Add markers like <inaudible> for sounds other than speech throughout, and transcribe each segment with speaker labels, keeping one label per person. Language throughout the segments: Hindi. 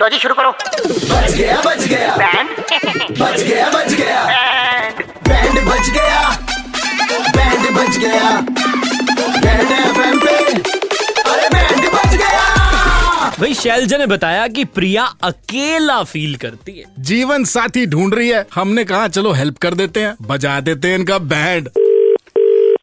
Speaker 1: लो जी शुरू करो
Speaker 2: बच गया बच गया
Speaker 1: बैंड
Speaker 2: बच गया बच गया बैंड बच गया बैंड बच गया बैंड एफएम पे अरे बैंड बच गया
Speaker 3: भाई शैलजा ने बताया कि प्रिया अकेला फील करती है
Speaker 4: जीवन साथी ढूंढ रही है हमने कहा चलो हेल्प कर देते हैं बजा देते हैं इनका band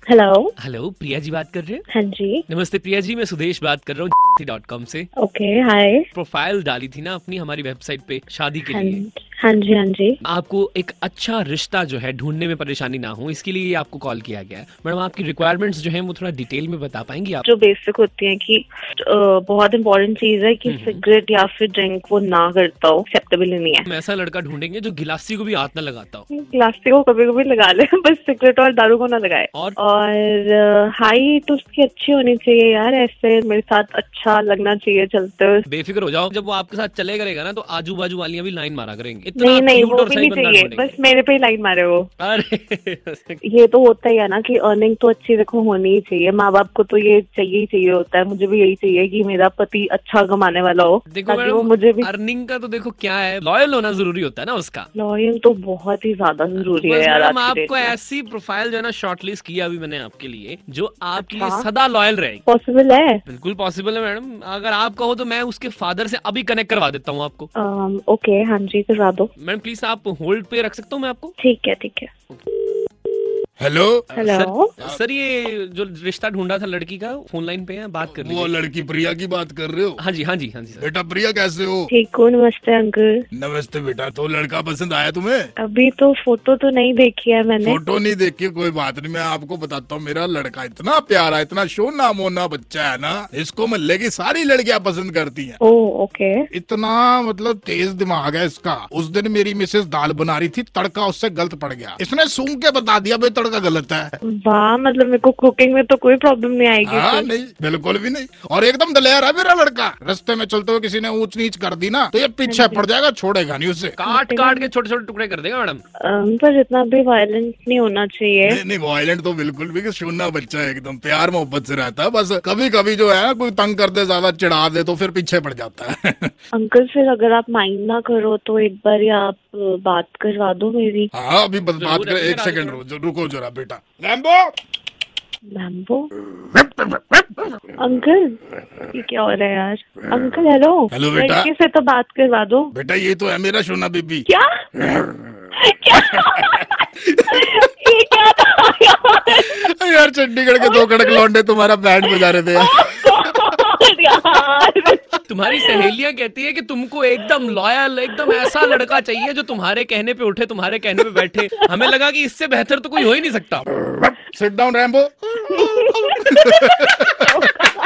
Speaker 5: hello
Speaker 3: hello Priya ji बात कर रहे हैं
Speaker 5: हाँ जी
Speaker 3: नमस्ते प्रिया जी मैं सुदेश बात कर रहा हूँ डॉट कॉम से
Speaker 5: ओके हाय
Speaker 3: प्रोफाइल डाली थी ना अपनी हमारी वेबसाइट पे शादी के
Speaker 5: हाँ
Speaker 3: लिए
Speaker 5: जी हाँ जी हाँ जी
Speaker 3: आपको एक अच्छा रिश्ता जो है ढूंढने में परेशानी ना हो इसके लिए ये आपको कॉल किया गया है मैडम आपकी रिक्वायरमेंट्स जो है वो थोड़ा डिटेल में बता पाएंगी आप
Speaker 5: जो बेसिक होती है कि अ, बहुत इम्पोर्टेंट चीज है कि सिगरेट या फिर ड्रिंक वो ना करता हो एक्सेप्टेबल ही नहीं है
Speaker 3: हम ऐसा लड़का ढूंढेंगे जो गिलासी को भी हाथ ना लगाता हो
Speaker 5: प्लास्टिक को कभी कभी लगा ले <laughs> बस सिगरेट और दारू को ना लगाए
Speaker 3: और?
Speaker 5: और हाइट उसकी अच्छी होनी चाहिए यार ऐसे मेरे साथ अच्छा लगना चाहिए चलते हुए
Speaker 3: बेफिक्र हो जाओ जब वो आपके साथ चले करेगा ना तो आजू बाजू वालियां भी लाइन मारा करेंगे इतना
Speaker 5: नहीं नहीं
Speaker 3: हाँ, cute
Speaker 5: वो
Speaker 3: और
Speaker 5: भी
Speaker 3: सही
Speaker 5: नहीं
Speaker 3: बंदा
Speaker 5: चाहिए
Speaker 3: ढूंढेंगे।
Speaker 5: बस मेरे पे ही लाइन मारे वो
Speaker 3: अरे <laughs>
Speaker 5: ये तो होता ही है ना कि अर्निंग तो अच्छी देखो होनी ही चाहिए माँ बाप को तो ये चाहिए ही चाहिए होता है मुझे भी यही चाहिए कि मेरा पति अच्छा कमाने वाला हो
Speaker 3: देखो
Speaker 5: ताकि हाँ वो मुझे भी
Speaker 3: मैडम अर्निंग का तो देखो क्या है लॉयल होना जरूरी होता है ना उसका
Speaker 5: लॉयल तो बहुत ही ज्यादा जरूरी है
Speaker 3: बस
Speaker 5: यार
Speaker 3: मैडम
Speaker 5: आज की
Speaker 3: आपको
Speaker 5: डेट में
Speaker 3: ऐसी प्रोफाइल जो है ना शॉर्ट लिस्ट किया अभी मैंने आपके लिए जो आपके लिए
Speaker 5: अच्छा।
Speaker 3: सदा लॉयल रहेगी
Speaker 5: पॉसिबल है
Speaker 3: बिल्कुल पॉसिबल है मैडम अगर आप कहो तो मैं उसके फादर से अभी कनेक्ट करवा देता हूँ आपको
Speaker 5: अम, ओके हाँ जी करवा दो
Speaker 3: मैडम प्लीज आप होल्ड पे रख सकता हूँ मैं आपको
Speaker 5: ठीक है ठीक है
Speaker 4: हेलो
Speaker 5: हेलो
Speaker 3: हाँ, सर, सर ये जो रिश्ता ढूंढा था लड़की का फोन लाइन पे है बात कर
Speaker 4: वो
Speaker 3: लीजिए
Speaker 4: लड़की प्रिया की बात कर रहे हो
Speaker 3: हाँ जी हाँ जी हाँ जी सर
Speaker 4: बेटा प्रिया कैसे हो
Speaker 5: ठीक हूँ नमस्ते अंकल
Speaker 4: नमस्ते बेटा तो लड़का पसंद आया तुम्हें
Speaker 5: अभी तो फोटो तो नहीं देखी है मैंने
Speaker 4: फोटो नहीं देखी कोई बात नहीं मैं आपको बताता हूँ मेरा लड़का इतना प्यारा इतना शोना मोना बच्चा है ना इसको मोहल्ले की सारी लड़कियां पसंद करती हैं
Speaker 5: ओ ओके
Speaker 4: इतना मतलब तेज दिमाग है इसका उस दिन मेरी मिसेस दाल बना रही थी तड़का उससे गलत पड़ गया इसने सूंघ के बता दिया भाई तड़का गलत है
Speaker 5: वाह मतलब मेरे को कुकिंग में तो कोई प्रॉब्लम नहीं आएगी
Speaker 4: हाँ
Speaker 5: फिर।
Speaker 4: नहीं बिल्कुल भी नहीं और एकदम दलेर है मेरा लड़का रास्ते में चलते हुए किसी ने ऊंच नीच कर दी ना तो ये पीछे पड़ जाएगा छोड़ेगा नहीं उसे
Speaker 3: काट काट के छोटे छोटे टुकड़े कर देगा मैडम
Speaker 5: अम, Um, पर इतना भी वायलेंट नहीं होना चाहिए
Speaker 4: नहीं नहीं वायलेंट तो बिल्कुल भी शून्ना बच्चा है एकदम प्यार मोहब्बत से रहता है बस कभी कभी जो है ना कोई तंग कर दे ज्यादा चिढ़ा दे तो फिर पीछे पड़ जाता है <laughs>
Speaker 5: अंकल फिर अगर आप माइंड ना करो तो एक बार ये आप अ, बात करवा दो मेरी
Speaker 4: हाँ अभी बस बात कर
Speaker 3: है,
Speaker 4: एक
Speaker 3: फिर
Speaker 4: सेकंड रुको रुको जरा बेटा रैम्बो
Speaker 5: मैम्बो अंकल ये क्या हो रहा है यार अंकल हेलो
Speaker 4: हेलो, बेटा।
Speaker 5: लड़के से तो बात करवा दो
Speaker 4: बेटा ये तो है मेरा शोना बीबी <laughs>
Speaker 5: क्या क्या ये क्या था यार?
Speaker 4: यार चंडीगढ़ के दो कड़क लौंडे तुम्हारा बैंड बजा रहे थे यार।
Speaker 5: यार
Speaker 3: तुम्हारी सहेलियां कहती है कि तुमको एकदम लॉयल एकदम ऐसा लड़का चाहिए जो तुम्हारे कहने पे उठे तुम्हारे कहने पे बैठे हमें लगा कि इससे बेहतर तो कोई हो ही नहीं सकता
Speaker 4: सिट डाउन रैम्बो